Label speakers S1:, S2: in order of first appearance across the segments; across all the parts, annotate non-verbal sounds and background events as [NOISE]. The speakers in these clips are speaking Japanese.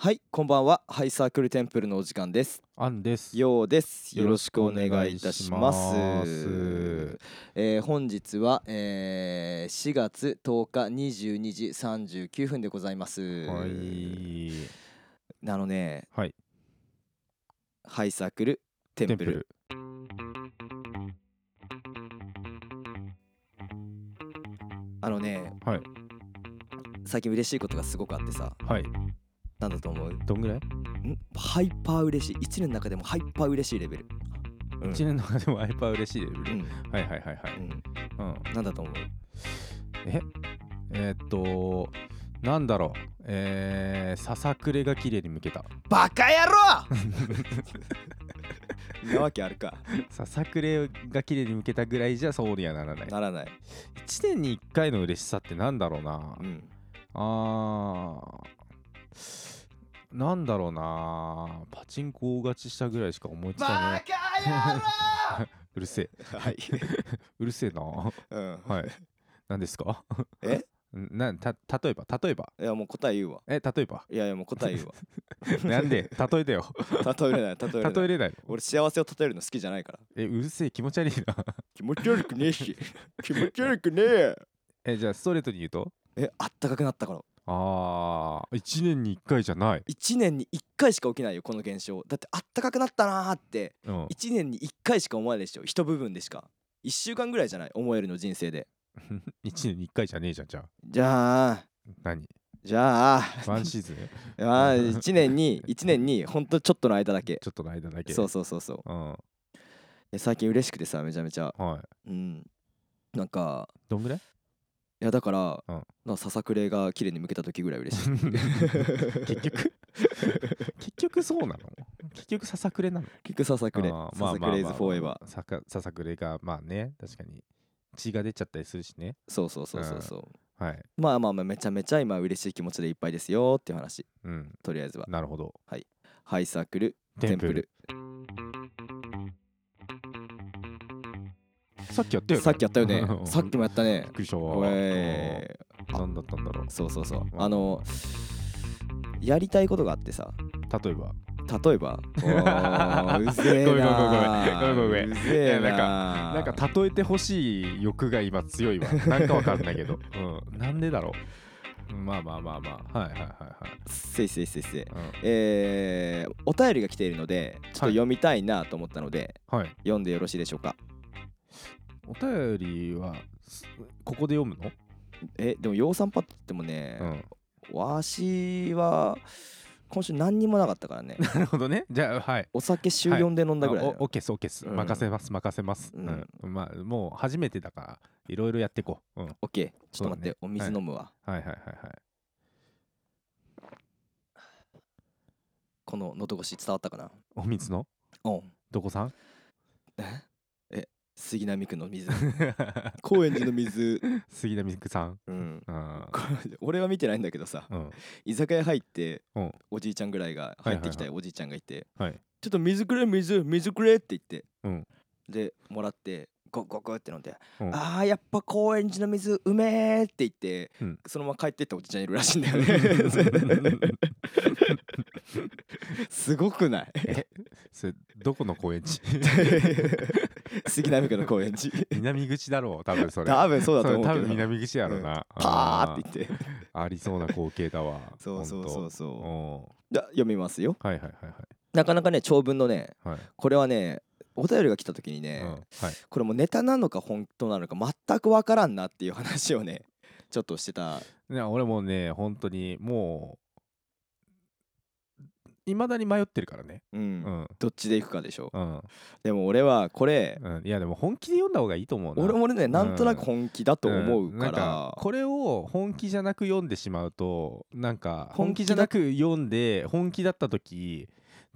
S1: はいこんばんはハイサークルテンプルのお時間です
S2: アンです。
S1: ようですよ
S2: よ
S1: ろ
S2: ろ
S1: し
S2: し
S1: く
S2: く
S1: お
S2: お
S1: 願
S2: 願
S1: い
S2: い
S1: い
S2: い
S1: た
S2: た
S1: し
S2: し
S1: ま
S2: ますす
S1: えー本日は、えー4月10日22時39分でございます
S2: はい。
S1: あのね
S2: はい。
S1: ハイサークルテンプ
S2: テ
S1: ル
S2: ンプル。
S1: あのね
S2: はい。
S1: 最近嬉しいことがすごくあってさ
S2: はい。
S1: なんだと思うん
S2: どんぐらい？
S1: ハイパー嬉しい一年の中でもハイパー嬉しいレベルうん
S2: 一、年の中でも iPad 嬉しいレベ
S1: う
S2: ル。
S1: ん
S2: はいはいはいは
S1: う
S2: い。
S1: ん、
S2: うん。
S1: なんだと思う
S2: え、えーっと、なんだろう。えー、ささくれが綺麗に向けた。
S1: バカ野郎 [LAUGHS] なわけあるか
S2: ささくれが綺麗に向けたぐらいじゃそうにはならない。
S1: ならない、
S2: 一年に一回の嬉しさってなんだろうな。
S1: うん、
S2: あー。なんだろうなパチンコ大勝ちしたぐらいしか思いつかない
S1: カ
S2: うるせえ
S1: 野郎 [LAUGHS] はい、
S2: [LAUGHS] うるせえな
S1: うん、
S2: はい。何ですか
S1: え
S2: [LAUGHS] なた例えば例えば
S1: いやもう答え言うわ
S2: え例えば
S1: いやいやもう答え言うわ
S2: な
S1: [LAUGHS]
S2: んで例えてよ
S1: 例えれない例えれない
S2: 例えれないの
S1: 俺幸せを例えるの好きじゃないから
S2: えうるせえ気持ち悪いな [LAUGHS]
S1: 気持ち悪くねえ [LAUGHS] し気持ち悪くねえ
S2: えじゃあストレートに言うと
S1: えあったかくなったから
S2: あー1年に1回じゃない、
S1: 1年に1回しか起きないよこの現象だってあったかくなったなーって
S2: うん、 [LAUGHS]
S1: 1年に1回しか思わないでしょ一部分でしか1週間ぐらいじゃない思えるの人生で
S2: 1年に1回じゃねえじゃんじゃあ
S1: じゃあ [LAUGHS]
S2: 何
S1: じゃあ
S2: ワンシーズン
S1: あー1年
S2: [LAUGHS]
S1: に1年にほんとちょっとの間だけ
S2: ちょっとの間だけ
S1: そうそうそうそう
S2: う、んは
S1: で最近嬉しくてさめちゃめちゃ
S2: い、
S1: うんなんか
S2: ど
S1: [LAUGHS]
S2: んぐらい
S1: いやだから、
S2: うん
S1: なんかささくれが綺麗に向けた時ぐらい嬉しい
S2: [LAUGHS] 結局 [LAUGHS] 結局そうなの結局ささくれなの
S1: [LAUGHS] 結局ささくれさ
S2: あーまあ
S1: さくれイズフォーエ
S2: まあ
S1: バー
S2: まあさかささくれがまあね確かに血が出ちゃったりするしね
S1: そうそうそうそうそう
S2: はい
S1: まあまあまあめちゃめちゃ今嬉しい気持ちでいっぱいですよっていう話
S2: うん
S1: とりあえずは
S2: なるほど
S1: ハイサークルテンプル
S2: さっきやったよね
S1: さっきやったよねさっき
S2: びっ
S1: もやった
S2: [LAUGHS]
S1: ね
S2: くりした
S1: お
S2: わ
S1: え
S2: うん何だったんだろう
S1: そうそうそう
S2: うん
S1: あのやりたいことがあってさ
S2: 例えば
S1: 例えばお [LAUGHS] ーうぜえな
S2: ごめんごめんごめんごめん
S1: う
S2: ごめん
S1: ぜえ
S2: いや
S1: な
S2: なんか例えてほしい欲が今強いわなんかわかんないけど、 [LAUGHS] うん、なんでだろうまあまあまあまあはいはいはい
S1: せいせいせいせい
S2: はい、
S1: えーお便りが来ているのでちょっと
S2: はい
S1: 読みたいなと思ったので、
S2: うん、はい
S1: 読んでよろしいでしょうか
S2: お便りはすここで読むの、
S1: えでも養蚕パッドってもね、わしは今週何にもなかったから
S2: [LAUGHS]
S1: ね
S2: なるほどねじゃあはい
S1: お酒週4で飲んだぐらいだよ、
S2: あおオッケーっすオッケーっす
S1: うん
S2: 任せます任せます、
S1: う
S2: うんんまあもう初めてだからいろいろやっていこう、うん、はい
S1: オッケーちょっと待って、
S2: そうだね
S1: お水飲むわ、
S2: はいはいはい
S1: この喉越し伝わったかな
S2: お水の
S1: うん
S2: どこ
S1: [LAUGHS]
S2: さん
S1: ええ杉並区の水 [LAUGHS] 高円寺の
S2: [LAUGHS]
S1: 水
S2: 杉並区さん
S1: うん
S2: うん
S1: これ俺は見てないんだけどさ
S2: うん
S1: 居酒屋入って、
S2: うん
S1: おじいちゃんぐらいが入ってきたおじいちゃんがいて、
S2: はい
S1: ちょっと水くれ水水くれって言って、
S2: うん
S1: でもらってゴッゴッゴッって飲んで、
S2: うん
S1: あーやっぱ高円寺の水うめえって言って、
S2: うん
S1: そのまま帰ってったおじちゃんいるらしいんだよ
S2: [LAUGHS]
S1: ねすごく
S2: [LAUGHS]
S1: ない
S2: え [LAUGHS] それどこの公園地
S1: 杉並区の高円寺
S2: 南口だろう多分それ
S1: 多分そうだと
S2: それ多
S1: 思う
S2: 分
S1: けど
S2: 南口やろうな、
S1: パ
S2: あ
S1: ーって言って
S2: ありそうな光景だわ
S1: そうそうそううそう
S2: そ
S1: じゃ読みますよ
S2: うはいはいはい
S1: なかなかね長文のね
S2: はいはい、
S1: これはねお便りが来た時にね、
S2: うんはい、
S1: これもネタなのか本当なのか全くわからんなっていう話をね [LAUGHS] ちょっとしてた
S2: いや俺もうね本当にもういまだに迷ってるからね
S1: うん、
S2: うん
S1: どっちでいくかでしょう
S2: うん、
S1: でも俺はこれ
S2: うん、いやでも本気で読んだ方がいいと思うな
S1: 俺もねなんとなく本気だと思うか
S2: んなん
S1: ら、
S2: これを本気じゃなく読んでしまうとなんか
S1: 本
S2: 本
S1: 気
S2: 気
S1: だ
S2: じゃなく読んで本気だった時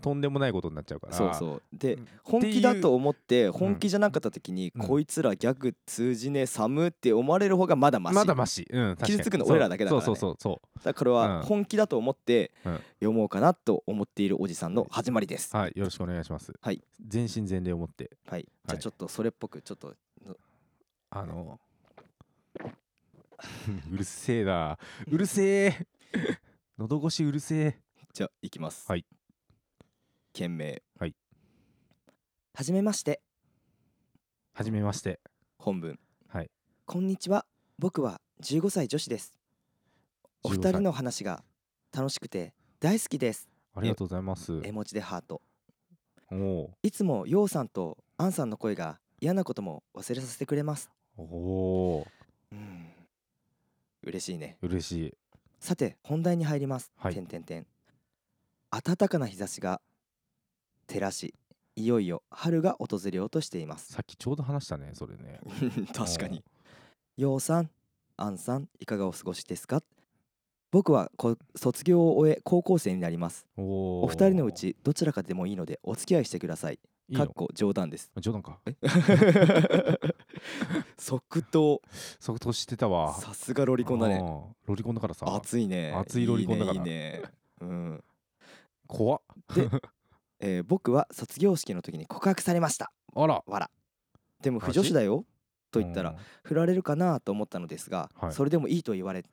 S2: とんでもないことになっちゃうから
S1: そうそうで
S2: うん
S1: 本
S2: ってい
S1: 気
S2: う
S1: だと思って本気じゃなかった時に、
S2: うん
S1: こいつらギャグ通じねえ寒って思われる方がまだマシ
S2: まだマシ、うん、確かに
S1: 傷つくの俺らだけだからね
S2: そうそうそうそう
S1: だからこれは
S2: うん
S1: 本気だと思って
S2: うん
S1: 読もうかなと思っているおじさんの始まりです、
S2: はいよろしくお願いします
S1: はい
S2: 全身全霊を持って
S1: はい、じゃあちょっとそれっぽくちょっと [LAUGHS]
S2: あの
S1: [LAUGHS]
S2: うるせえなうるせえ喉越しうるせえ
S1: じゃあいきます
S2: はい
S1: 件名
S2: はい
S1: はじめまして
S2: はじめまして
S1: 本文
S2: はい
S1: こんにちは僕は15歳女子ですお二
S2: 15
S1: 人
S2: 歳
S1: の話が楽しくて大好きです
S2: ありがとうございます
S1: 絵文字でハート
S2: おお
S1: いつもようさんとアンさんの声が嫌なことも忘れさせてくれます
S2: ーお
S1: うん嬉しいね
S2: ー嬉しい
S1: さて本題に入ります。
S2: はい
S1: てんてんてん暖かな日差しが照らし、いよいよ春が訪れようとしています。
S2: さっきちょうど話したねそれね [LAUGHS]
S1: 確かに。ようさん、あんさん、いかがお過ごしですか僕はこ卒業を終え高校生になります。
S2: おお
S1: お二人のうちどちらかでもいいのでお付き合いしてください。
S2: いい
S1: か
S2: の
S1: っこ冗談
S2: [LAUGHS]
S1: です。
S2: 冗談か
S1: 即答。
S2: そこ知ってたわ
S1: さすがロリコンだね。
S2: ねロリコンだからさ
S1: 熱いね。
S2: 熱いロリコンだから
S1: いいねいいね。うん。
S2: 怖っ
S1: えー僕は卒業式の時に告白されました
S2: あら
S1: わらでも
S2: マ
S1: 不
S2: ジ
S1: 女子だよと言った
S2: う
S1: ら
S2: ん
S1: 振られるかなと思ったのですが、
S2: はい
S1: それでもいいと言われ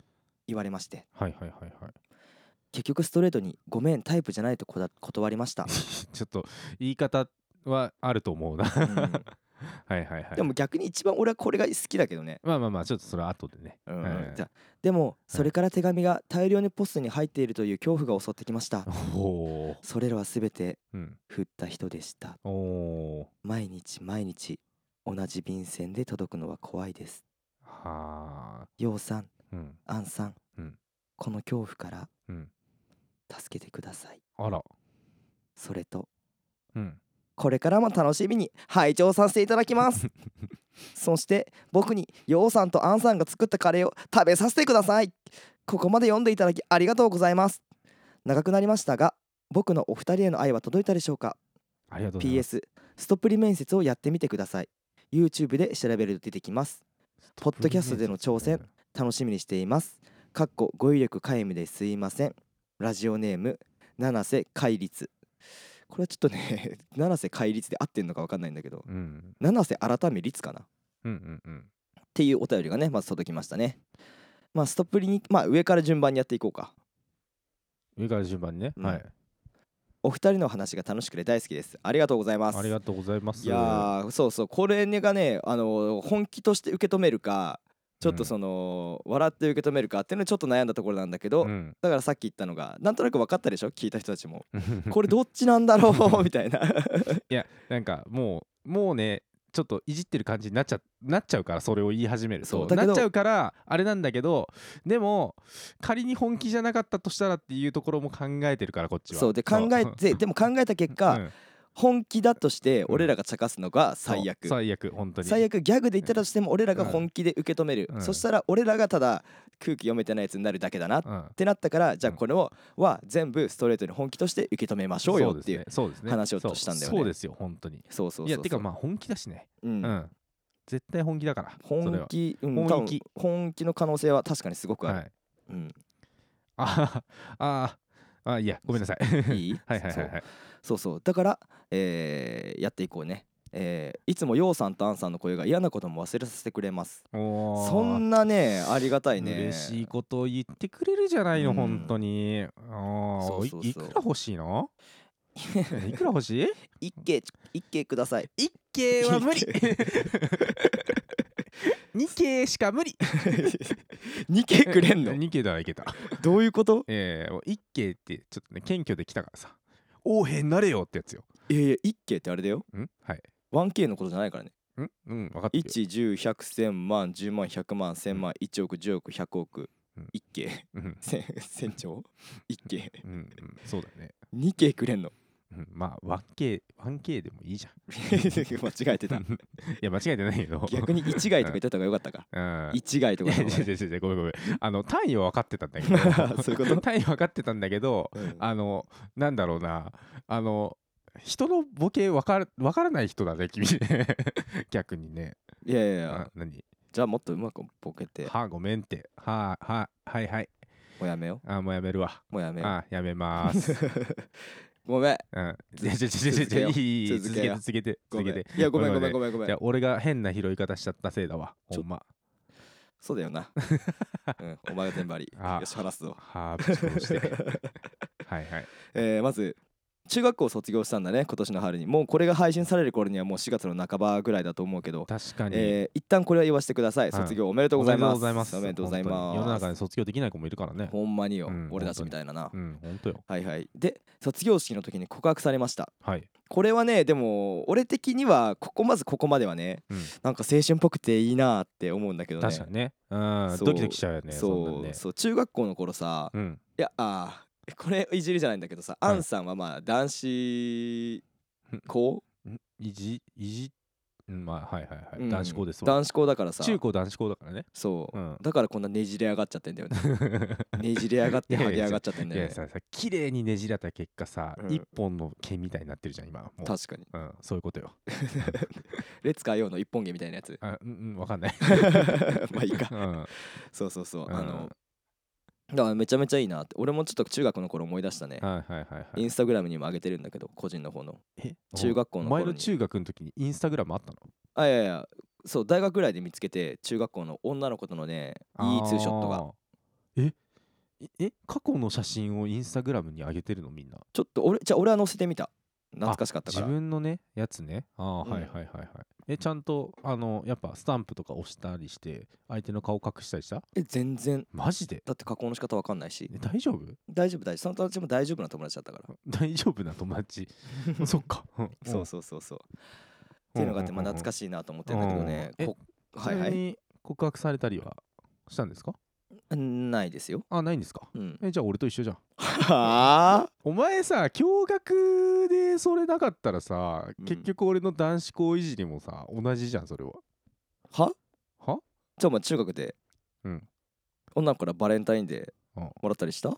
S1: 言われまして
S2: はいはいはいはい [LAUGHS]
S1: 結局ストレートに「ごめんタイプじゃない」とこだ断りま
S2: [LAUGHS]
S1: した、
S2: ちょっと言い方はあると思うな
S1: う
S2: は
S1: ん
S2: いはいはい
S1: でも逆に一番俺はこれが好きだけどね、
S2: まあまあまあちょっとそれは後でね
S1: うん
S2: はいはい
S1: じゃあでもそれから手紙が大量にポストに入っているという恐怖が襲ってきました
S2: おー
S1: それらは全て
S2: うん
S1: 振った人でした
S2: おお
S1: 毎日毎日同じ便箋で届くのは怖いです
S2: はあ
S1: ようさん
S2: うん
S1: アンさん、
S2: うん
S1: この恐怖から
S2: うん
S1: 助けてください
S2: あら
S1: それと
S2: うん
S1: これからも楽しみに拝聴させていただきますそして僕にようさんとアンさんが作ったカレーを食べさせてくださいここまで読んでいただきありがとうございます長くなりましたが僕のお二人への愛は届いたでしょうか
S2: ありがとうございます
S1: PS ストプリ面接をやってみてください YouTube で調べると出てきますポッドキャストでの挑戦楽しみにしています。かっこ語彙力皆無ですいません。ラジオネーム七瀬海律。これはちょっとね [LAUGHS] 七瀬海律で合ってんのかわかんないんだけど、
S2: うん
S1: 七瀬改め律かなっ
S2: うんうんうん
S1: ていうお便りがねまず届きましたね。まあストップリにまあ上から順番にやっていこうか。
S2: 上から順番にね
S1: うん
S2: はい
S1: お二人の話が楽しくて大好きです。ありがとうございます。
S2: ありがとうございます
S1: いやーそうそうこれねがねあの本気として受け止めるか。ちょっとその、笑って受け止めるかっていうのはちょっと悩んだところなんだけど、
S2: うん
S1: だからさっき言ったのがなんとなく分かったでしょ聞いた人たちも
S2: こ [LAUGHS]
S1: これどっちなんだろうみたいな
S2: いやなんかもうもうねちょっといじってる感じになっちゃなっちゃうからそれを言い始める
S1: そう
S2: と
S1: だけど
S2: なっちゃうからあれなんだけどでも仮に本気じゃなかったとしたらっていうところも考えてるからこっちは
S1: そうで考えてでも考えた結果、
S2: うん
S1: 本気だとして
S2: うん
S1: 俺らが茶化すのが最悪、
S2: そう最悪本当に
S1: 最悪ギャグで言ったとしても俺らが本気で受け止める、
S2: うん
S1: そしたら俺らがただ空気読めてないやつになるだけだなっ
S2: うん
S1: てなったからじゃあ
S2: うん
S1: これをは全部ストレートに本気として受け止めましょうよっていう
S2: そうですねそうですね
S1: 話をとしたんだよね
S2: そうそうですよ本当に
S1: そうそうそうそう
S2: いやてかまあ本気だしね
S1: う
S2: うんん絶対本気だからそれ
S1: 本
S2: は
S1: 気、うん、
S2: 本
S1: 多分
S2: 気
S1: 本気の可能性は確かにすごくある、
S2: はい
S1: うん、
S2: [LAUGHS] ああああいやごめんなさいはい
S1: いい
S2: [LAUGHS] はいはいはい
S1: そうそうだから、えーやっていこうね、えーいつもようさんとあんさんの声が嫌なことも忘れさせてくれます
S2: おー
S1: そんなねありがたいね
S2: 嬉しいことを言ってくれるじゃないの、
S1: うん
S2: 本当にあー
S1: そうそうそう
S2: いいくら欲し
S1: [LAUGHS]
S2: いのいくら欲しい
S1: 一軒一軒ください [LAUGHS]
S2: 一系
S1: は無理 [LAUGHS]
S2: 二系しか無理
S1: 二軒くれんの
S2: 二系ならいけた
S1: どういうこと
S2: ええもう一系ってちょっとね謙虚できたからさ王兵になれよってやつよ
S1: いやいや一軒ってあれだよ
S2: んはい
S1: 1K のことじゃないからね
S2: んうん分かってるよ
S1: 1 1 0 1 0 0万10万100万1000万1億10億100億
S2: うん
S1: 一軒
S2: うん
S1: 千千兆一軒
S2: うん、うん、そうだね、
S1: 二軒くれんの [LAUGHS]
S2: うん、まあ 1K, 1K でもいいじゃん
S1: 間違えてた
S2: [LAUGHS] いや間違えてないけど
S1: 逆に一概とか言ってた方がよかったか
S2: うん
S1: 一概と
S2: い
S1: か
S2: や
S1: 言
S2: 違う
S1: った方が
S2: 違う違うごめんごめん
S1: [LAUGHS]
S2: あの単位は分かってたんだけど
S1: そういうこと
S2: 単位分かってたんだけど
S1: うん
S2: あのなんだろうなあの人のボケ分かる分からない人だね君 [LAUGHS] ね逆にね
S1: いやいやいや
S2: あ何
S1: じゃあもっとうまくボケて
S2: はあごめんってはあはあはいはい
S1: もうやめよ
S2: あもうやめるわ
S1: もうやめよ
S2: あやめまーす
S1: [LAUGHS] ごめん
S2: うん
S1: ず
S2: いや違う違う
S1: 続け
S2: 違う違
S1: よ
S2: ういいいい
S1: 続
S2: 続
S1: け
S2: け
S1: よ
S2: て続けて
S1: ご
S2: 続
S1: め
S2: け
S1: ん
S2: て
S1: いやごめんごめん
S2: ん
S1: ごめんごめ
S2: じゃ
S1: ん
S2: あ俺が変な拾い方しちゃったせいだわ
S1: ちょ
S2: ほんま
S1: そうだよなうんお前が全部あり
S2: あ
S1: [LAUGHS] よし話すぞ [LAUGHS]
S2: はあぶち殺してはいはいはい
S1: えーまず中学校を卒業したんだね今年の春にもうこれが配信される頃にはもう4月の半ばぐらいだと思うけど、
S2: 確かに、
S1: えー一旦これは言わせてください
S2: はい
S1: 卒業おめでとうございます、お
S2: お
S1: めで
S2: めで
S1: とうござ
S2: とうござ
S1: い
S2: い
S1: ま
S2: ますす世の中に卒業できない子もいるからね
S1: ほんまによ、
S2: うん
S1: 俺たちみたいなな、
S2: うん本当よ
S1: はいはいで卒業式の時に告白されました
S2: はい
S1: これはねでも俺的にはここまずここまではね、
S2: うん
S1: なんか青春っぽくていいなって思うんだけどね
S2: 確かにねうん
S1: そう
S2: ドキドキしちゃうよね
S1: そ
S2: んなん
S1: う
S2: ね
S1: そう中学校の頃さ、い
S2: うん
S1: やあーこれいじりじゃないんだけどさ、
S2: はい
S1: アンさんはまあ男子校、
S2: んいじいじうんまあはいはいはい、
S1: うん
S2: 男子校ですわ
S1: 男子校だからさ
S2: 中高男子校だからね
S1: そう、
S2: うん
S1: だからこんなねじれ上がっちゃってん
S2: [LAUGHS]
S1: だよねねじれ上がって
S2: いやいや
S1: 剥げ上がっちゃってん
S2: [LAUGHS] い
S1: だよ
S2: や
S1: ね
S2: ささ綺麗にねじれた結果さ、
S1: うん
S2: 一本の毛みたいになってるじゃん今もう、
S1: 確かに
S2: うん、そういうことよ
S1: レッツカー用の一本毛みたいなや
S2: [LAUGHS]
S1: つ
S2: あうんうんわかんない
S1: [LAUGHS] まあいいか
S2: うん
S1: そうそうそう、
S2: うん
S1: あのだからめちゃめちゃいいなって俺もちょっと中学の頃思い出したね、
S2: はいはいはいはい
S1: インスタグラムにも上げてるんだけど個人の方の
S2: え
S1: 中学校の
S2: お
S1: 頃に
S2: 前の中学の時にインスタグラムあったの
S1: あいやいやそう大学ぐらいで見つけて中学校の女の子とのねいいツーショットが
S2: あーえいえ過去の写真をインスタグラムに上げてるのみんな
S1: ちょっと俺じゃあ俺は載せてみた懐かしかったか
S2: 自
S1: ら
S2: 分のねやつねああ、
S1: うん
S2: はいはいはいはいえちゃんとあのやっぱスタンプとか押したりして相手の顔隠したりした
S1: え全然
S2: マジで
S1: だって加工の仕方わかんないし
S2: え大丈夫 [LAUGHS]
S1: 大丈夫大丈夫その友達も大丈夫な友達だったから
S2: 大丈夫な友 [LAUGHS] 達そっか、ん
S1: そうそうそうそうっていうのがあってまあ懐か
S2: しい
S1: しいなと思ってるんだけどね
S2: うん
S1: こ
S2: は
S1: はいい
S2: は
S1: はいい
S2: に告白されたりはしたんですか
S1: ないですよ
S2: あないんですか
S1: うん
S2: えじゃあ俺と一緒じゃん
S1: はあ
S2: お前さ驚愕でそれなかったらさ、
S1: うん
S2: 結局俺の男子校いじりもさ同じじゃんそれは
S1: は
S2: は
S1: じゃあまあ中学で
S2: うん
S1: 女の子からバレンタインで
S2: うん
S1: もらったりした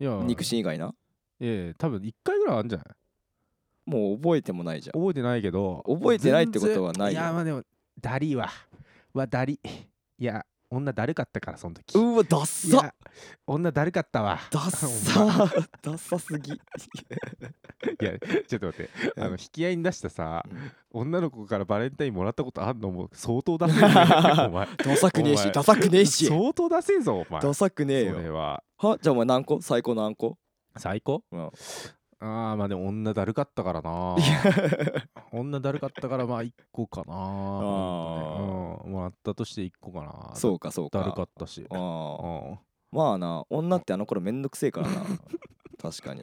S2: いや
S1: 肉親以外な
S2: ええ多分1回ぐらいあるんじゃない
S1: もう覚えてもないじゃん
S2: 覚えてないけど
S1: 覚えてないってことはないよ
S2: 全然いやまあでもダリははダリいや女だるかったからその時
S1: うわダッ
S2: い
S1: サ
S2: や女だるかったわ
S1: ダッ
S2: [LAUGHS] お前
S1: サダッサすぎ
S2: いやちょっと待ってあ
S1: う
S2: の
S1: ん
S2: 引き合いに出したさ
S1: うん
S2: 女の子からバレンタインもらったことあるのも相当ダセえ
S1: [LAUGHS]
S2: ぞお前
S1: ダサくねえ
S2: お
S1: し
S2: 前
S1: ダサくねえし
S2: 相当ダセえぞお前
S1: ダサくねえ
S2: それ
S1: よ
S2: は
S1: はじゃあお前何個最高何個
S2: 最高、
S1: うん
S2: ああまあでも女だるかったからない
S1: や
S2: 女だるかったからまあ1個かな
S1: ー
S2: うん、もらったとして1個か
S1: [LAUGHS]
S2: な
S1: そうかそうか
S2: だるかったし
S1: あ
S2: う
S1: あ
S2: ん
S1: まあな女ってあの頃めんどくせえからな確かに、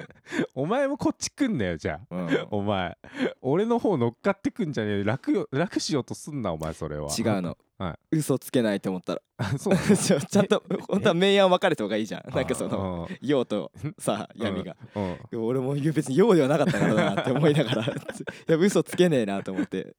S2: お前もこっち来んなよじゃあ
S1: うん、
S2: [LAUGHS] お前俺の方乗っかってくんじゃねえ楽よ楽しようとすんなお前それは
S1: 違うの、
S2: は
S1: 嘘つけないと思ったら
S2: あ [LAUGHS] そうなの
S1: ちょちゃんと本当は明暗分かれた方がいいじゃ [LAUGHS] んなんかその
S2: の
S1: 陽とさ闇が、
S2: うんうん
S1: 俺も別に陽ではなかったからなって思いながら [LAUGHS] いや嘘つけねえなと思って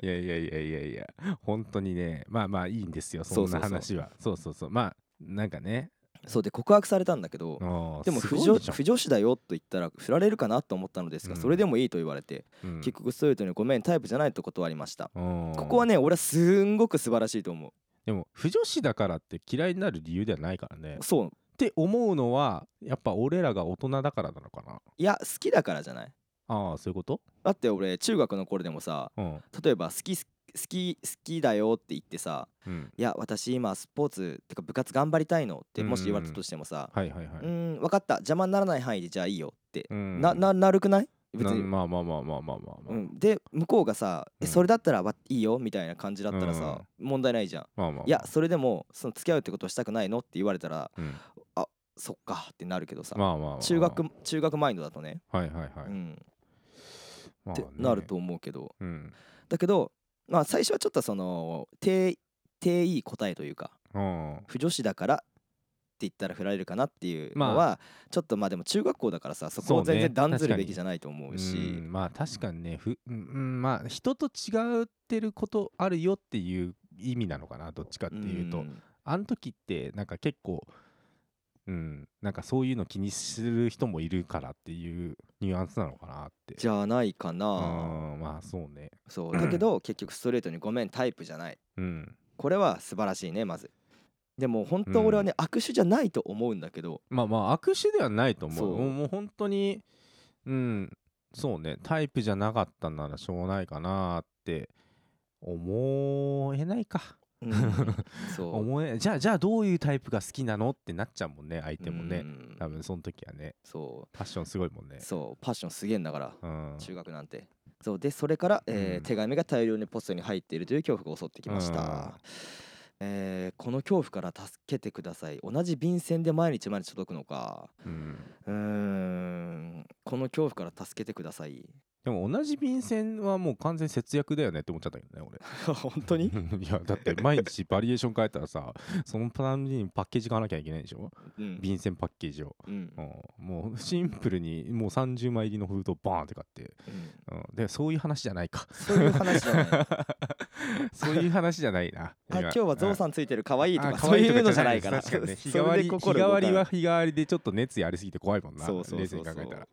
S2: いやいやいやいやいや本当にねまあまあいいんですよ
S1: そ
S2: そ
S1: うんそうそう
S2: な話はそうそうそうまあなんかね
S1: そうで告白されたんだけど
S2: うん
S1: でも
S2: す
S1: 不
S2: ごい
S1: 女
S2: じゃん
S1: 不女子だよと言ったら振られるかなと思ったのですが、
S2: うん
S1: それでもいいと言われて、
S2: うん
S1: 結局ストレートにごめんタイプじゃないと断りました、
S2: こ
S1: ここはね俺はすんごく素晴らしいと思
S2: でも不女子だからって嫌いになる理由ではないからね
S1: うそう
S2: って思うのはやっぱ俺らが大人だからなのかない
S1: や好きだからじゃない
S2: ああそういうこと
S1: だって俺中学の頃でもさ
S2: うん
S1: 例えば好き好き好きだよって言ってさ
S2: うん
S1: 「いや私今スポーツてか部活頑張りたいの」って
S2: うんうんうん
S1: もし言われたとしてもさ
S2: はいは
S1: 「
S2: いは
S1: う
S2: い
S1: ん分かった邪魔にならない範囲でじゃあいいよ」って、
S2: うん
S1: なななるくない別
S2: な
S1: に、
S2: まあまあまあまあまあまあまあ
S1: うん、で向こうがさ「え
S2: うん
S1: それだったらわいいよ」みたいな感じだったらさ、問題ないじゃん。
S2: まあまあ
S1: いやそれでもその付き合うってことはしたくないのって言われたら
S2: うん
S1: そっかってなるけどさ、
S2: まあまあまあ
S1: 中学中学マインドだとね、
S2: はいはいはい
S1: うん、
S2: まあ
S1: って
S2: ね
S1: なると思うけど
S2: うん
S1: だけどまあ最初はちょっとその低低い答えというか
S2: うん
S1: 不女子だからって言ったら振られるかなっていうのはちょっとまあでも中学校だからさそこを全
S2: そう
S1: 然
S2: ね
S1: 断ずるべきじゃないと思うし
S2: うんまあ確かにねふうんうんまあ人と違ってることあるよっていう意味なのかなどっちかっていうと
S1: ん
S2: あの時ってなんか結構うんなんかそういうの気にする人もいるからっていうニュアンスなのかなって
S1: じゃないか
S2: う
S1: な、
S2: んまあそうね
S1: そうだけ
S2: [CLEARS THROAT]
S1: ど結局ストレートに「ごめんタイプじゃない
S2: うん」
S1: これは素晴らしいねまずでも本当俺はね、握手じゃないと思うんだけど
S2: まあまあ握手ではないと思う
S1: そう
S2: もうもう本当にうんそうねタイプじゃなかったならしょうがないかなって思えないか
S1: うん
S2: [LAUGHS]
S1: そう
S2: 思えじゃあじゃあどういうタイプが好きなのってなっちゃうもんね相手も
S1: う
S2: ね
S1: ん
S2: 多分その時はね
S1: そ
S2: パッションすごいもんね
S1: うそうパッションすげえんだから
S2: うん
S1: 中学なんてそうでそれから、えー
S2: うん
S1: 手紙が大量にポストに入っているという恐怖が襲ってきました、えーこの恐怖から助けてください同じ便箋で毎日毎日届くのか
S2: うん
S1: うーんこの恐怖から助けてください [LAUGHS]
S2: でも同じ便箋はもう完全節約だよねって思っちゃったけどね俺
S1: 本当
S2: [LAUGHS]
S1: に
S2: いやだって毎日バリエーション変えたらさそのためにパッケージ買わなきゃいけないでしょ
S1: うん、
S2: 便箋パッケージを、
S1: うん
S2: うんもう [LAUGHS] シンプルにもう30枚入りの封筒バーンって買って、
S1: うん
S2: うん、でそういう話じゃないか [LAUGHS]
S1: そういう話じゃない
S2: そういう話じゃないな
S1: あ今日はゾウさ
S2: ん
S1: んついてる可愛いとか
S2: あ可
S1: そう
S2: 愛
S1: いうのじゃないから
S2: とじゃないです
S1: [LAUGHS]
S2: 確
S1: そ
S2: か
S1: れ
S2: にね日替
S1: で心動
S2: わり日替わ
S1: かない
S2: りは日替わりでちょっと熱意ありすぎて怖いもんな
S1: そうそうそうそう
S2: 冷静に考えたら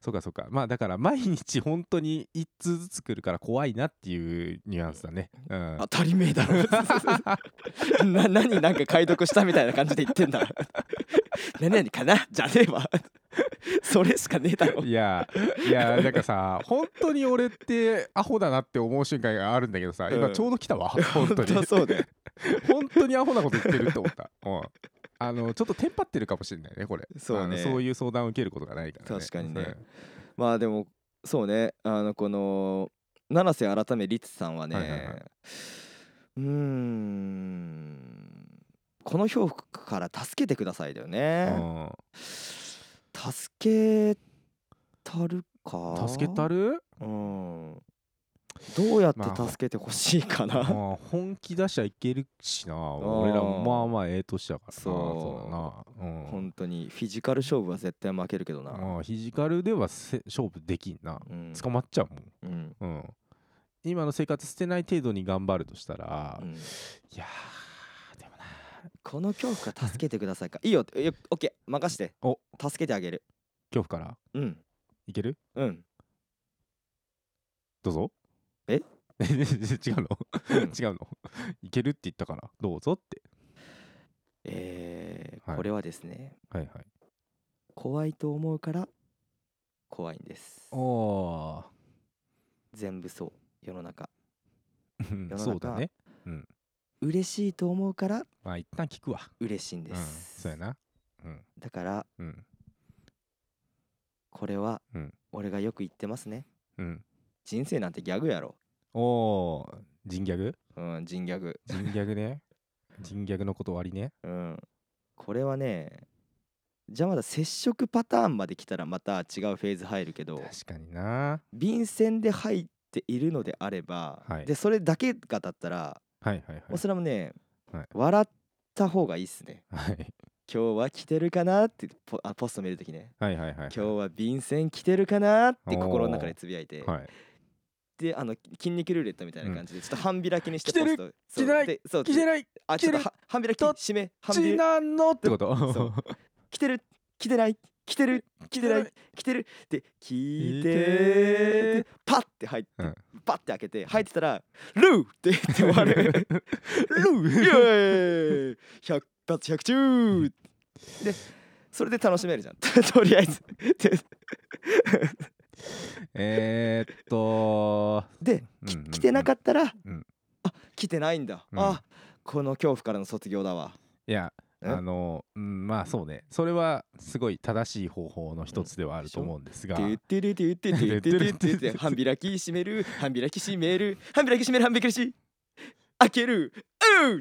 S2: そうかそうかまあだから毎日本当に一通ずつ来るから怖いなっていうニュアンスだね、うん
S1: 当、たり前だろ [LAUGHS] な何なんか解読したみたいな感じで言ってんだろ [LAUGHS] 何々かなじゃねえわ [LAUGHS] それしかねえだろ
S2: いやいやなんかさ本当に俺ってアホだなって思う瞬間があるんだけどさ今
S1: うん
S2: ちょうど来たわ、本当に
S1: [LAUGHS] 本当そうだよ
S2: 本当にアホなこと言ってるって思
S1: [LAUGHS]
S2: った、うん、あのちょっとテンパってるかもしれないねこれ
S1: そうね
S2: あのそういう相談を受けることがないから、ね、
S1: 確かにね
S2: うん
S1: まあでもそうねあのこの七瀬改めリツさんはね、
S2: はいはいはいう
S1: ーんこの恐怖から助けてくださいだよね助けたる
S2: う
S1: か
S2: ん助けた
S1: [LAUGHS]
S2: る
S1: うんどうやって
S2: まあ
S1: 助けてほしいかな、
S2: まあ
S1: [LAUGHS]
S2: 本気出しちゃいけるしな
S1: ー
S2: 俺らもまあまあええ年だからな
S1: そう
S2: うだな、うん
S1: 本当にフィジカル勝負は絶対負けるけどな、
S2: まあ、フィジカルではせ勝負できんな
S1: うん
S2: 捕まっちゃうもん
S1: うん
S2: うん、今の生活捨てない程度に頑張るとしたら、
S1: う
S2: い
S1: ん
S2: やーでもな
S1: この恐怖から助けてくださいかいいよいやオッケー任して
S2: お
S1: 助けてあげる
S2: 恐怖から
S1: うん
S2: いける
S1: うん
S2: どうぞ
S1: え
S2: [LAUGHS] 違うの、
S1: うん
S2: [LAUGHS] 違うのいけるって言ったからどうぞって
S1: [LAUGHS] えー
S2: はい
S1: これはですね
S2: はいはい
S1: 怖いと思うから怖いんです
S2: お
S1: 全部そう世の中
S2: ー
S1: 中
S2: そうだね
S1: 嬉しいと思うから
S2: まあ一旦聞くわ
S1: 嬉しいん
S2: う
S1: で
S2: ん
S1: す、
S2: そうやなうん
S1: だから
S2: うん
S1: これは
S2: うん
S1: 俺がよく言ってますね
S2: うん
S1: 人生なんてギャグやろ
S2: おー人ギャグ
S1: うん人ギャグ
S2: 人ギャグ
S1: [LAUGHS]
S2: ね人ギャグのこと割りね
S1: うん、これはねじゃあまだ接触パターンまで来たらまた違うフェーズ入るけど
S2: 確かにな
S1: 便箋で入っているのであれば、
S2: はい
S1: でそれだけがだったら、
S2: はいはい
S1: もうそれもね、
S2: はい
S1: 笑った方がいいっすね
S2: はいはい
S1: 今日は来てるかなってポあポスト見るときね
S2: はいはいは
S1: 今
S2: い
S1: 日は便箋来てるかなって心の中でつぶやいて、
S2: はい
S1: であの筋肉ルーレットみたいな感じでちょっと半開きにして
S2: 来てる
S1: ポスト
S2: 来てない
S1: そうでそう
S2: 来てない
S1: あちょっと
S2: 来て
S1: は半開き
S2: どっ
S1: 締め半
S2: ち
S1: 開き
S2: なんのってこと
S1: そう来てる来てない来てる来てない来てるって聞いて
S2: 聞いて
S1: ってパッて入って、
S2: うん
S1: パッて開けて入ってたら「ルー!」って言って終わ
S2: [LAUGHS]
S1: る「イエ
S2: ル
S1: ーイ百発百中!」でそれで楽しめるじゃん [LAUGHS] とりあえず
S2: えーっと、
S1: で
S2: うんうんうん
S1: 来てなかったら「
S2: うん
S1: あ来てないんだ、
S2: うん
S1: あこの恐怖からの卒業だわ
S2: いや、
S1: え
S2: あの、うん、まあそうね、それはすごい正しい方法の一つではあると思うんです」が、
S1: てってるてってってってってってって半開き閉める半開き閉める半開き閉める半開きし開けるうん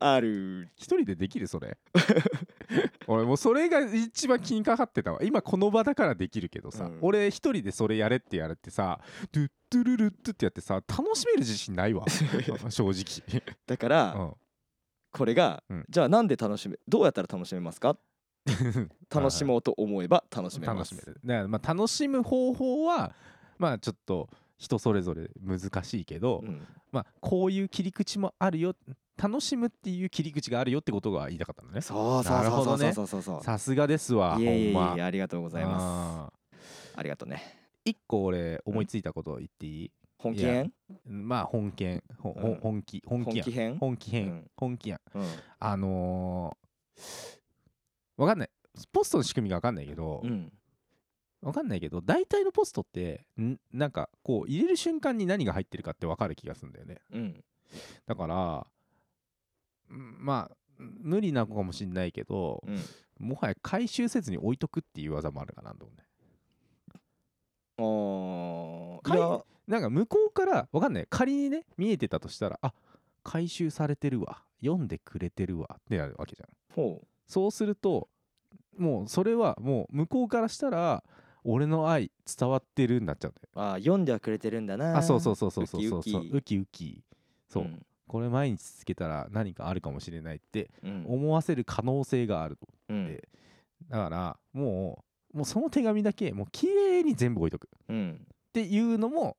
S1: ある
S2: 一人でできるそれ
S1: [LAUGHS]
S2: 俺もうそれが一番気にかかってたわ今この場だからできるけどさ、
S1: うん
S2: 俺一人でそれやれってやれってさドゥッドゥルルッドゥってやってさ楽しめる自信な
S1: [LAUGHS]
S2: いわ正
S1: だから、
S2: 直、
S1: これが、
S2: うん
S1: じゃあなんで楽しめどうやったら楽しめますか
S2: うん、
S1: 楽しもうと思えば楽しめま
S2: 楽
S1: す
S2: しめるだからまあ楽しむ方法はまあちょっと人それぞれ難しいけど、
S1: うん
S2: まあこういう切り口もあるよ楽しむっていう切り口があるよってことが言いたかったのね
S1: そうそう
S2: なる
S1: そう
S2: ほ
S1: そう
S2: ど
S1: そう
S2: ね
S1: そうそうそう
S2: さすがですわほ
S1: いえいえ
S2: ん
S1: い
S2: ま
S1: えありがとうございま
S2: あー
S1: すありがとうね
S2: 一個俺思いついたことを言っていい、
S1: 本気
S2: いや
S1: 編
S2: まあ本件ほ、ほ
S1: うん
S2: 本気本
S1: 本
S2: 気や
S1: 気編
S2: 本気編、
S1: うん
S2: 本気やん
S1: うん
S2: あのー、わかんないポストの仕組みがわかんないけど、
S1: うん
S2: わかんないけど大体のポストってんなんかこう入れる瞬間に何が入ってるかってわかる気がするんだよね
S1: うん
S2: だからうんまあ無理なのかもしんないけど、
S1: うん
S2: もはや回収せずに置いとくっていう技もあるかなと思うね
S1: おー
S2: かい
S1: いや
S2: なんか向こうからわかんない仮にね見えてたとしたらあ回収されてるわ読んでくれてるわってなるわけじゃん
S1: ほう
S2: そうするともうそれはもう向こうからしたら俺の愛伝わってるになっちゃうんだよ
S1: あー読んではくれてるんだな
S2: あそうそうそうそうそうそうそう
S1: ウキウキ
S2: ウキウキそう、
S1: ん
S2: これ毎日つけたら何かあるかもしれないって
S1: うん
S2: 思わせる可能性があると
S1: うん
S2: だからもうもうその手紙だけもう綺麗に全部置いとくっ
S1: うん
S2: ていうのも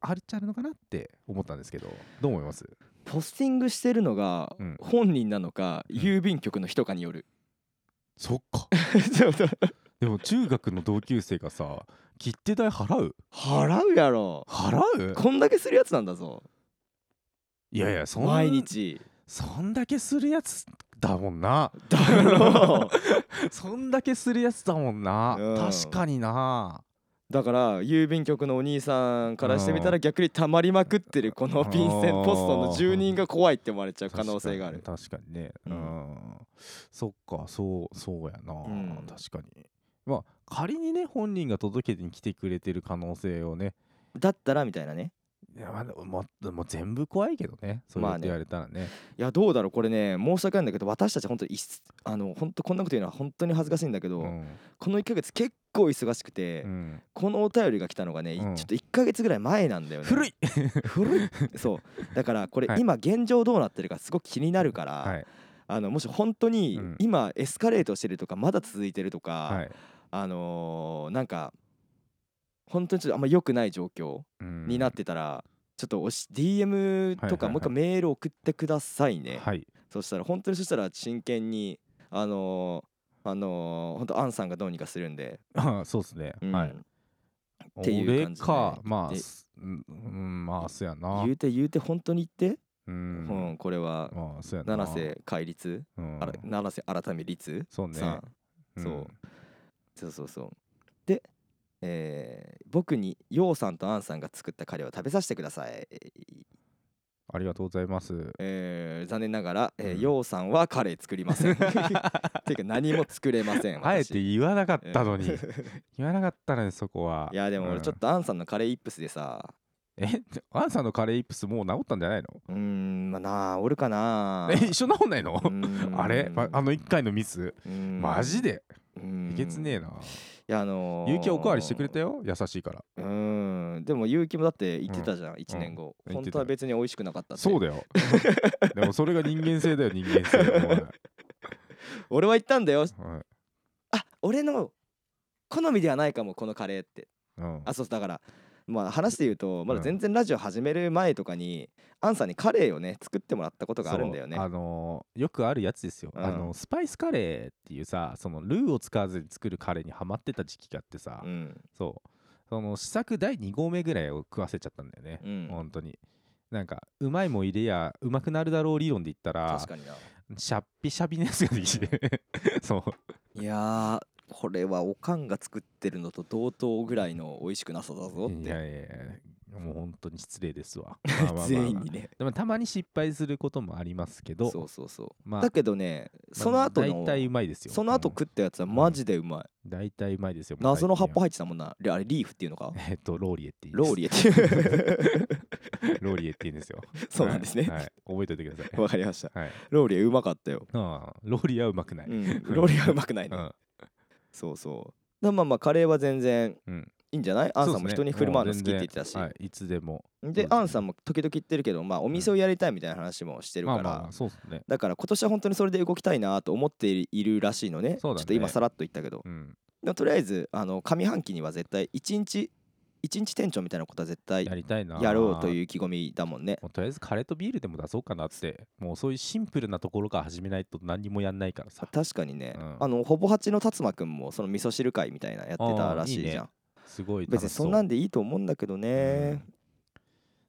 S2: あるっちゃあるのかなって思ったんですけどどう思います
S1: ポスティングしてるのが
S2: うん
S1: 本人なのか
S2: ん
S1: 郵便局の人かに
S2: [LAUGHS]
S1: よる
S2: そっか [LAUGHS]
S1: そうそう
S2: でも中学の同級生がさ切手代払う
S1: 払うやろ
S2: 払う
S1: [LAUGHS] こんだけするやつなんだぞ
S2: いやいやそん
S1: 毎日
S2: そんだけするやつだもんな
S1: だ
S2: [LAUGHS]
S1: ろ
S2: そんだけするやつだもんな、
S1: うん
S2: 確かにな
S1: だから郵便局のお兄さんからしてみた
S2: う
S1: ら逆に溜まりまくってるこの便箋
S2: うん
S1: ポストの住人が怖いって思われちゃう可能性がある
S2: 確かに確かにねう
S1: うんん、
S2: そっかそうそうやな、
S1: ん
S2: 確かにまあ仮にね本人が届けに来てくれてる可能性をね
S1: だったらみたいなね
S2: いやまあでももうもう全部怖いけどねそうや
S1: まあ
S2: って
S1: ね
S2: 言われたらね,、
S1: いやどうだろうこれね申し訳ないんだけど私たち本当にいっあの本当こんなこと言うのは本当に恥ずかしいんだけど、この1ヶ月結構忙しくて、
S2: うん、うん
S1: このお便りが来たのがね、い
S2: うん
S1: ちょっと1ヶ月ぐらい前なんだよね [LAUGHS]
S2: 古い
S1: 古いそうだからこれ
S2: はい
S1: 今現状どうなってるかすごく気になるから、
S2: はい
S1: あのもし本当に
S2: うん
S1: 今エスカレートしてるとかまだ続いてるとか、
S2: はい、
S1: あのーなんか本当にちょっとあんま良くない状況
S2: うん
S1: になってたら、ちょっとおし DM とか
S2: はいはいはい
S1: もう一回メール送ってくださいね、
S2: はい [LAUGHS]
S1: そしたら本当にそしたら真剣にあのーあのー、本当アンさんがどうにかするんで、
S2: ああそうですね、
S1: うん
S2: はい
S1: っていう感じで
S2: 俺かまあ
S1: です
S2: うんうんまあそうやな
S1: 言うて言うて本当に言って、
S2: う
S1: うん
S2: ん、
S1: これは
S2: まあそうやな
S1: 七瀬戒律、
S2: うん
S1: あら七瀬改め律
S2: そうね
S1: さん、
S2: ん
S1: そうそうそうそうで、えー僕にようさんとアンさんが作ったカレーを食べさせてください、
S2: ありがとうござ
S1: [LAUGHS]
S2: います
S1: えー残念ながら、え
S2: う
S1: ー、
S2: ん
S1: ようさんはカレー作りませ
S2: [LAUGHS]
S1: んていうか何も作れません私
S2: あえて言わなかったのに、
S1: え [LAUGHS]
S2: 言わなかったねそこはい
S1: やでも俺ちょっ
S2: と、
S1: とアンさんのカレーイップスでさ
S2: うんえアンさんのカレーイップスもう治ったんじゃないの
S1: うーんまあなあおるかな
S2: え一緒治んないの、あれまあ
S1: の
S2: の一回のミス、マジで
S1: い
S2: いけつねえな、
S1: いやあのー
S2: 有機おかわりしてくれたよ優しいから
S1: うーんでも有機もだって言ってたじゃん1年後
S2: うん言っ
S1: 本
S2: てた
S1: 当は別に美味しくなかったって
S2: そう
S1: [LAUGHS]
S2: だよでもそれが人間性だよ人間性お前
S1: 俺は言ったんだよ
S2: はい
S1: あ俺の好みではないかもこのカレーって
S2: うん
S1: あそうだからまあ話で言うとまだ全然ラジオ始める前とかにアンさんにカレーをね作ってもらったことがあるんだよね
S2: そうあのーよくあるやつですよ、
S1: うん
S2: あのスパイスカレーっていうさそのルーを使わずに作るカレーにハマってた時期があってさ、
S1: うん
S2: そうその試作第2合目ぐらいを食わせちゃったんだよね、
S1: うん
S2: 本当になんかうまいもん入れやうまくなるだろう理論で言ったら
S1: 確かにな
S2: シャッピシャピのやつができ
S1: [LAUGHS]
S2: てそう
S1: いやーこれはおかんが作ってるのと同等ぐらいの美味しくなさだぞっ
S2: いや
S1: て
S2: いやいやもう本当に失礼ですわまあまあまあまあ
S1: [LAUGHS] 全員にね
S2: でもたまに失敗することもありますけど
S1: そうそうそう
S2: まあ
S1: だけどねその後
S2: まあ
S1: の
S2: 大体うまいですよ
S1: その後食ったやつはマジでうまい
S2: うん大体うまいですよもう
S1: 謎の葉っぱ
S2: 最
S1: 入ってたもんなあれリーフっていうのか
S2: 近はえっとローリエって言いま
S1: ロ
S2: す
S1: ーリエっていう
S2: ローリエって言うんですよ
S1: [LAUGHS] そうなんですね
S2: はい、はい覚えておいてください
S1: わかりました
S2: はい
S1: ローリエうまかったよ
S2: ああローリエはうまくない、
S1: うんローリエはうまくないうね
S2: ん
S1: そうそうだまあまあカレーは全然
S2: うん
S1: いいんじゃないアンさんも人
S2: そうですね
S1: に振る舞うの好きって言ってたし
S2: もう全然はい、いつでも
S1: でアンさんも時々言ってるけどまあお店をやりたいみたいな話もしてる
S2: まあ
S1: か
S2: ま
S1: ら
S2: あそうですね
S1: だから今年は本当にそれで動きたいなと思っているらしいのね
S2: そうだね
S1: ちょっと今さらっと言ったけど
S2: うん
S1: でもとりあえずあの上半期には絶対一日一日店長みたいなことは絶対
S2: やりたいな
S1: やろうという
S2: う
S1: 意気込みだもんね
S2: もうとりあえずカレーとビールでも出そうかなってもうそういうシンプルなところから始めないと何にもやんないからさ
S1: 確かにね、
S2: うん
S1: あのほぼ八の達馬くんもその味噌汁会みたいなやってたらしいじゃん
S2: あーいいねすごい楽
S1: 別
S2: し
S1: に
S2: そ。
S1: そうんなんでいいと思うんだけどね、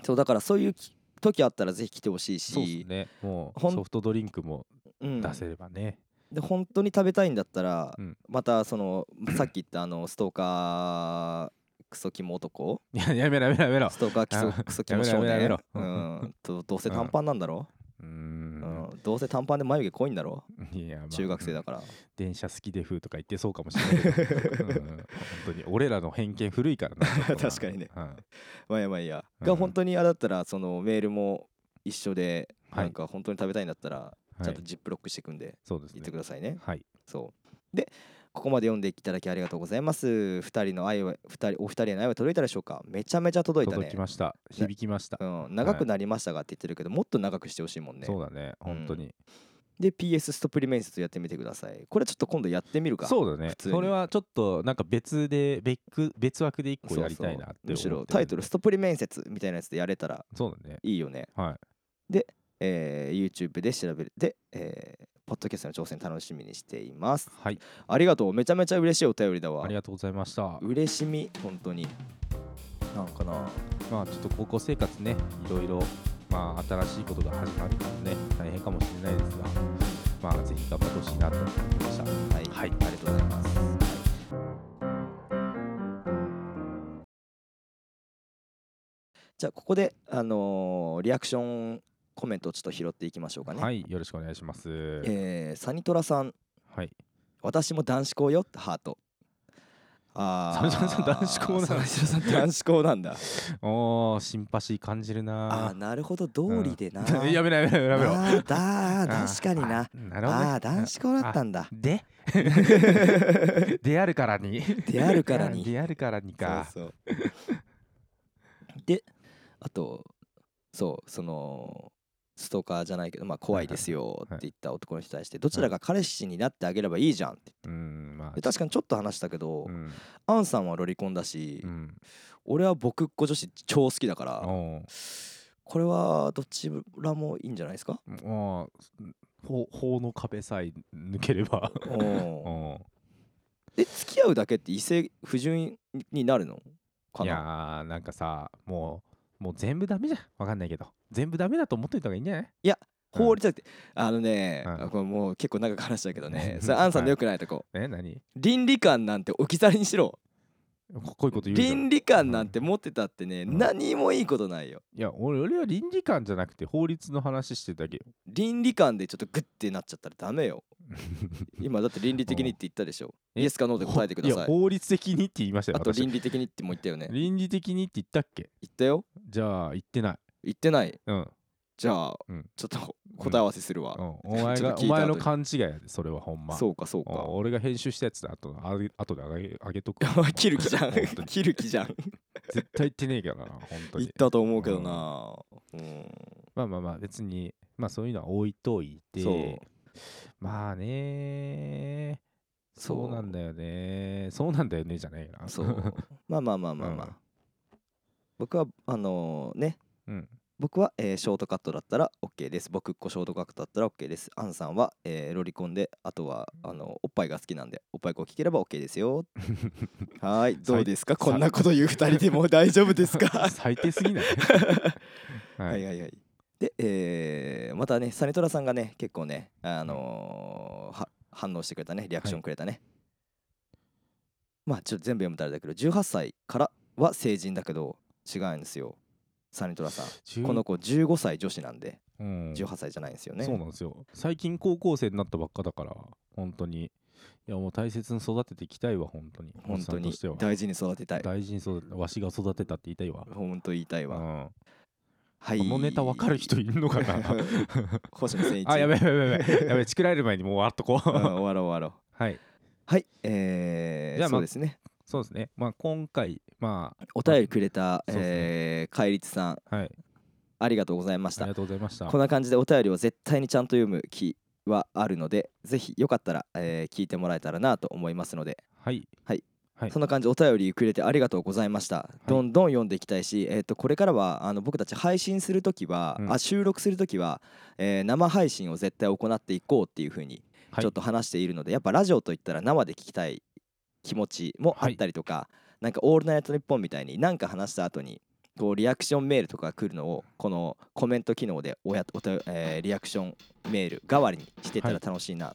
S1: そうだからそういうき時あったらぜひ来てほしいし
S2: そうですね。もう
S1: ほん
S2: ソフトドリンクも
S1: うん
S2: 出せればね。 [LAUGHS]
S1: で本当に食べたいんだったら、
S2: うん
S1: またその [COUGHS] さっき言ったあのストーカークソキモ男
S2: いややめろやめろやめろ。
S1: ストーカーキソ
S2: あ
S1: クソキモ少
S2: やめろ
S1: 年
S2: やめろ
S1: うんとどうせ短パンなんだろ
S2: うー
S1: うん
S2: ん。
S1: どうせ短パンで眉毛濃いんだろ
S2: いや、まあ
S1: 中学生だから、
S2: 電車好きで風とか言ってそうかもしれないけど、うん
S1: [LAUGHS]
S2: 本当に俺らの偏見古いからな
S1: 確かにね、
S2: ちょっとな
S1: まあいやまあいいや、
S2: う
S1: が
S2: ん
S1: 本当にあれだったらそのメールも一緒で、
S2: はい
S1: なんか本当に食べたいんだったら
S2: うん
S1: ち
S2: は
S1: ゃんと
S2: い、
S1: ジップロックしていくんで
S2: そうです
S1: 言っ
S2: ね
S1: てくださいね、
S2: はい
S1: そうでここまで読んでいただきありがとうございます二人の愛は二人お二人の愛は届いたでしょうかめちゃめちゃ届いたね
S2: 届きました響きました、
S1: うん、長くなりましたがって言ってるけど、もっと長くしてほしいもんね
S2: そうだね本当に、
S1: で PS ストプリ面接やってみてくださいこれちょっと今度やってみるかう
S2: そうだね
S1: 普通に
S2: それはちょっとなんか別で別区別枠で一個やりたいなって思
S1: む
S2: って
S1: し
S2: る
S1: ろタイトル「ストプリ面接」みたいなやつでやれたら
S2: そうだね
S1: いいよね、
S2: は
S1: えー YouTube で調べるで、えーポッドキャストの挑戦楽しみにしています
S2: いはい
S1: ありがとうめちゃめちゃ嬉しいお便りだわ
S2: ありがとうございました
S1: 嬉しみ本当になんかな
S2: まあちょっと高校生活ねいろいろまあ新しいことが始まるのでね大変かもしれないですがまあぜひ頑張ってほしいなと思いました
S1: はい、
S2: はい
S1: ありがとうございます、じゃあここで、あのーリアクションコメントをちょっと拾っていきましょうかね、
S2: はいよろしくお願いします
S1: えーサニトラさん
S2: はい
S1: 私も男子校よってハートあー
S2: サニトラさん男子校なんだ
S1: サニトラさん男子校なんだ
S2: [LAUGHS] おーシンパシー感じる
S1: あ
S2: な
S1: ーなるほど道理でな、
S2: うん [LAUGHS] やめろやめろやめろ
S1: あーだー確かにな
S2: なるほどね
S1: あー男子校だったんだ [LAUGHS]
S2: でであるからに
S1: であるからに
S2: であるからにか
S1: そうそう [LAUGHS] であとそうそのストーカーじゃないけど、まあ、怖いですよって言った男の人に対してどちらが彼氏になってあげればいいじゃんって
S2: うんまあ
S1: で確かにちょっと話したけど、
S2: うん
S1: アンさんはロリコンだし、
S2: うん
S1: 俺は僕っ子女子超好きだから
S2: おー
S1: これはどちらもいいんじゃないで
S2: [LAUGHS]
S1: すか
S2: もう法法の壁さえ抜けれ
S1: [LAUGHS]
S2: ば
S1: おー
S2: お
S1: で付き合うだけって異性不純になるのか
S2: いや
S1: な
S2: ーなんかさもうもう全部ダメじゃんわかんないけど全部ダメだと思っといた方がいいんじゃない
S1: 法律だってあのね、
S2: うん
S1: これもう結構長く話したけど
S2: [LAUGHS]
S1: ねそれアンさんの良くないとこ、
S2: え何
S1: 倫理観なんて置き去りにしろ
S2: ここういうこと言うじゃん
S1: 倫理観なんて持ってたってね、
S2: うん
S1: 何もいいことないよ
S2: いや俺俺は倫理観じゃなくて法律の話してたけど
S1: 倫理観でちょっとグッてなっちゃったらダメ
S2: [LAUGHS]
S1: よ今だって倫理的にって言ったでしょ
S2: うん
S1: イエスかノーで [LAUGHS] 答えてくだ
S2: い
S1: さ
S2: や
S1: い
S2: 法律的にって言いましたよ
S1: あと
S2: 私
S1: 倫理的にっても言ったよね言
S2: 倫理的にって言ったっけ
S1: ったよ
S2: じゃあ言ってない
S1: 言ってない
S2: うん
S1: じゃあ、
S2: うん
S1: ちょっと答え合わせするわ、
S2: うんお
S1: [LAUGHS]
S2: 前
S1: ちょっと聞いた
S2: がお
S1: 後に
S2: 前の勘違いやでそれはほんま
S1: そうかそう
S2: お
S1: か
S2: 俺が編集したやつだあとあげ後であげあげ
S1: [LAUGHS]
S2: とく
S1: 切る気じゃん
S2: 本当に
S1: 切る気じゃん
S2: 絶対言ってねえ
S1: [LAUGHS]
S2: からな本当
S1: 言っ
S2: に
S1: たと思うけどな、うん、
S2: まあまあまあ別にまあそういうのは置いといて
S1: そう
S2: まあね
S1: そう
S2: そうなんだよねそうなんだよねじゃないな
S1: そう [LAUGHS] まあまあまあまあまあ、
S2: うん
S1: 僕はあのね
S2: うん
S1: 僕は、えーショートカットだったら OK です僕っ子ショートカットだったら OK ですアンさんは、えーロリコンであとはあのおっぱいが好きなんでおっぱいこう聞ければ OK です
S2: [LAUGHS]
S1: よはーいどうですか
S2: さ
S1: こんなこと言う2人でもう大丈夫ですか
S2: [LAUGHS] 最低すぎない
S1: [LAUGHS]
S2: はい、
S1: はいはいはいで、えーまたねサネトラさんがね結構ねあのーは反応してくれたねリアクションくれたね、まあちょっと全部読むとあれだけど18歳からは成人だけど違うんですよサネトラさん
S2: 10
S1: この子15歳女子なんで
S2: うん
S1: 18歳じゃないんですよね、
S2: そうなんですよ最近高校生になったばっかだから本当にいやもう大切に育てていきたいわ本当に
S1: 本当
S2: おっさんと
S1: に
S2: しては
S1: 大事に育てたい
S2: 大事に育てわしが育てたって言いたいわ、
S1: 本当言いたいうわ、
S2: ん、
S1: はい
S2: このネタ分かる人いるのかな
S1: 星野千一
S2: あやべやべやべやべチクられる前にもう終わっとこう
S1: うん終わろう終わろう
S2: はい
S1: はいえー、
S2: じゃあま
S1: そ
S2: あ
S1: うですね
S2: そうですねまあ今回ま
S1: お便りくれた、
S2: そうですね
S1: えー、かいりつさん
S2: あはい
S1: ありがとうございまし
S2: あり
S1: た
S2: がとうございました
S1: こんな感じでお便りを絶対にちゃんと読む気はあるのでぜひよかったら、えー聞いてもらえたらなと思いますので
S2: はい
S1: はい
S2: はい
S1: そんな感じでお便りくれてありがとうございました、
S2: い
S1: どんどん読んでいきたいし、えー、とこれからはあの僕たち配信するときは、
S2: うん
S1: あ収録するときは、えー生配信を絶対行っていこうっていうふうに
S2: はい
S1: ちょっと話しているので、やっぱラジオといったら生で聞きたい気持ちもあったりとか、なんか「オールナイトニッポン」みたいに何か話した後にこうリアクションメールとかが来るのをこのコメント機能でおやおた、えーリアクションメール代わりにしてたら
S2: はい
S1: 楽しいな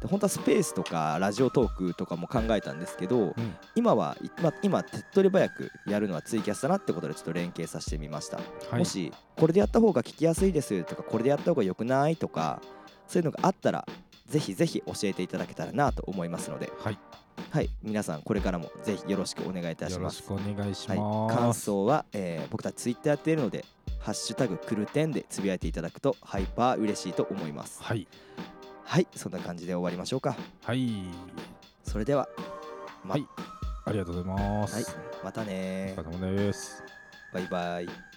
S1: と本当はスペースとかラジオトークとかも考えたんですけど
S2: うん
S1: 今は、いまあ、今手っ取り早くやるのはツイキャスだなってことでちょっと連携させてみました、
S2: はい
S1: もしこれでやった方が聞きやすいですとかこれでやった方が良くないとかそういうのがあったらぜひぜひ教えていただけたらなと思いますので
S2: はい
S1: はい皆さんこれからもぜひよろしくお願いいたし
S2: よ
S1: ま
S2: ろ
S1: す
S2: しくお願いし
S1: はい
S2: ます、
S1: 感想は、えー僕たちツイッターやっているので「ハッシュタグクルテン」でつぶやいていただくとハイパー嬉しいと思います
S2: はい
S1: はいそんな感じで終わりましょうか
S2: はい
S1: それではま
S2: はいありがとうございます、
S1: はいまたね
S2: お疲れ様です
S1: バイバイ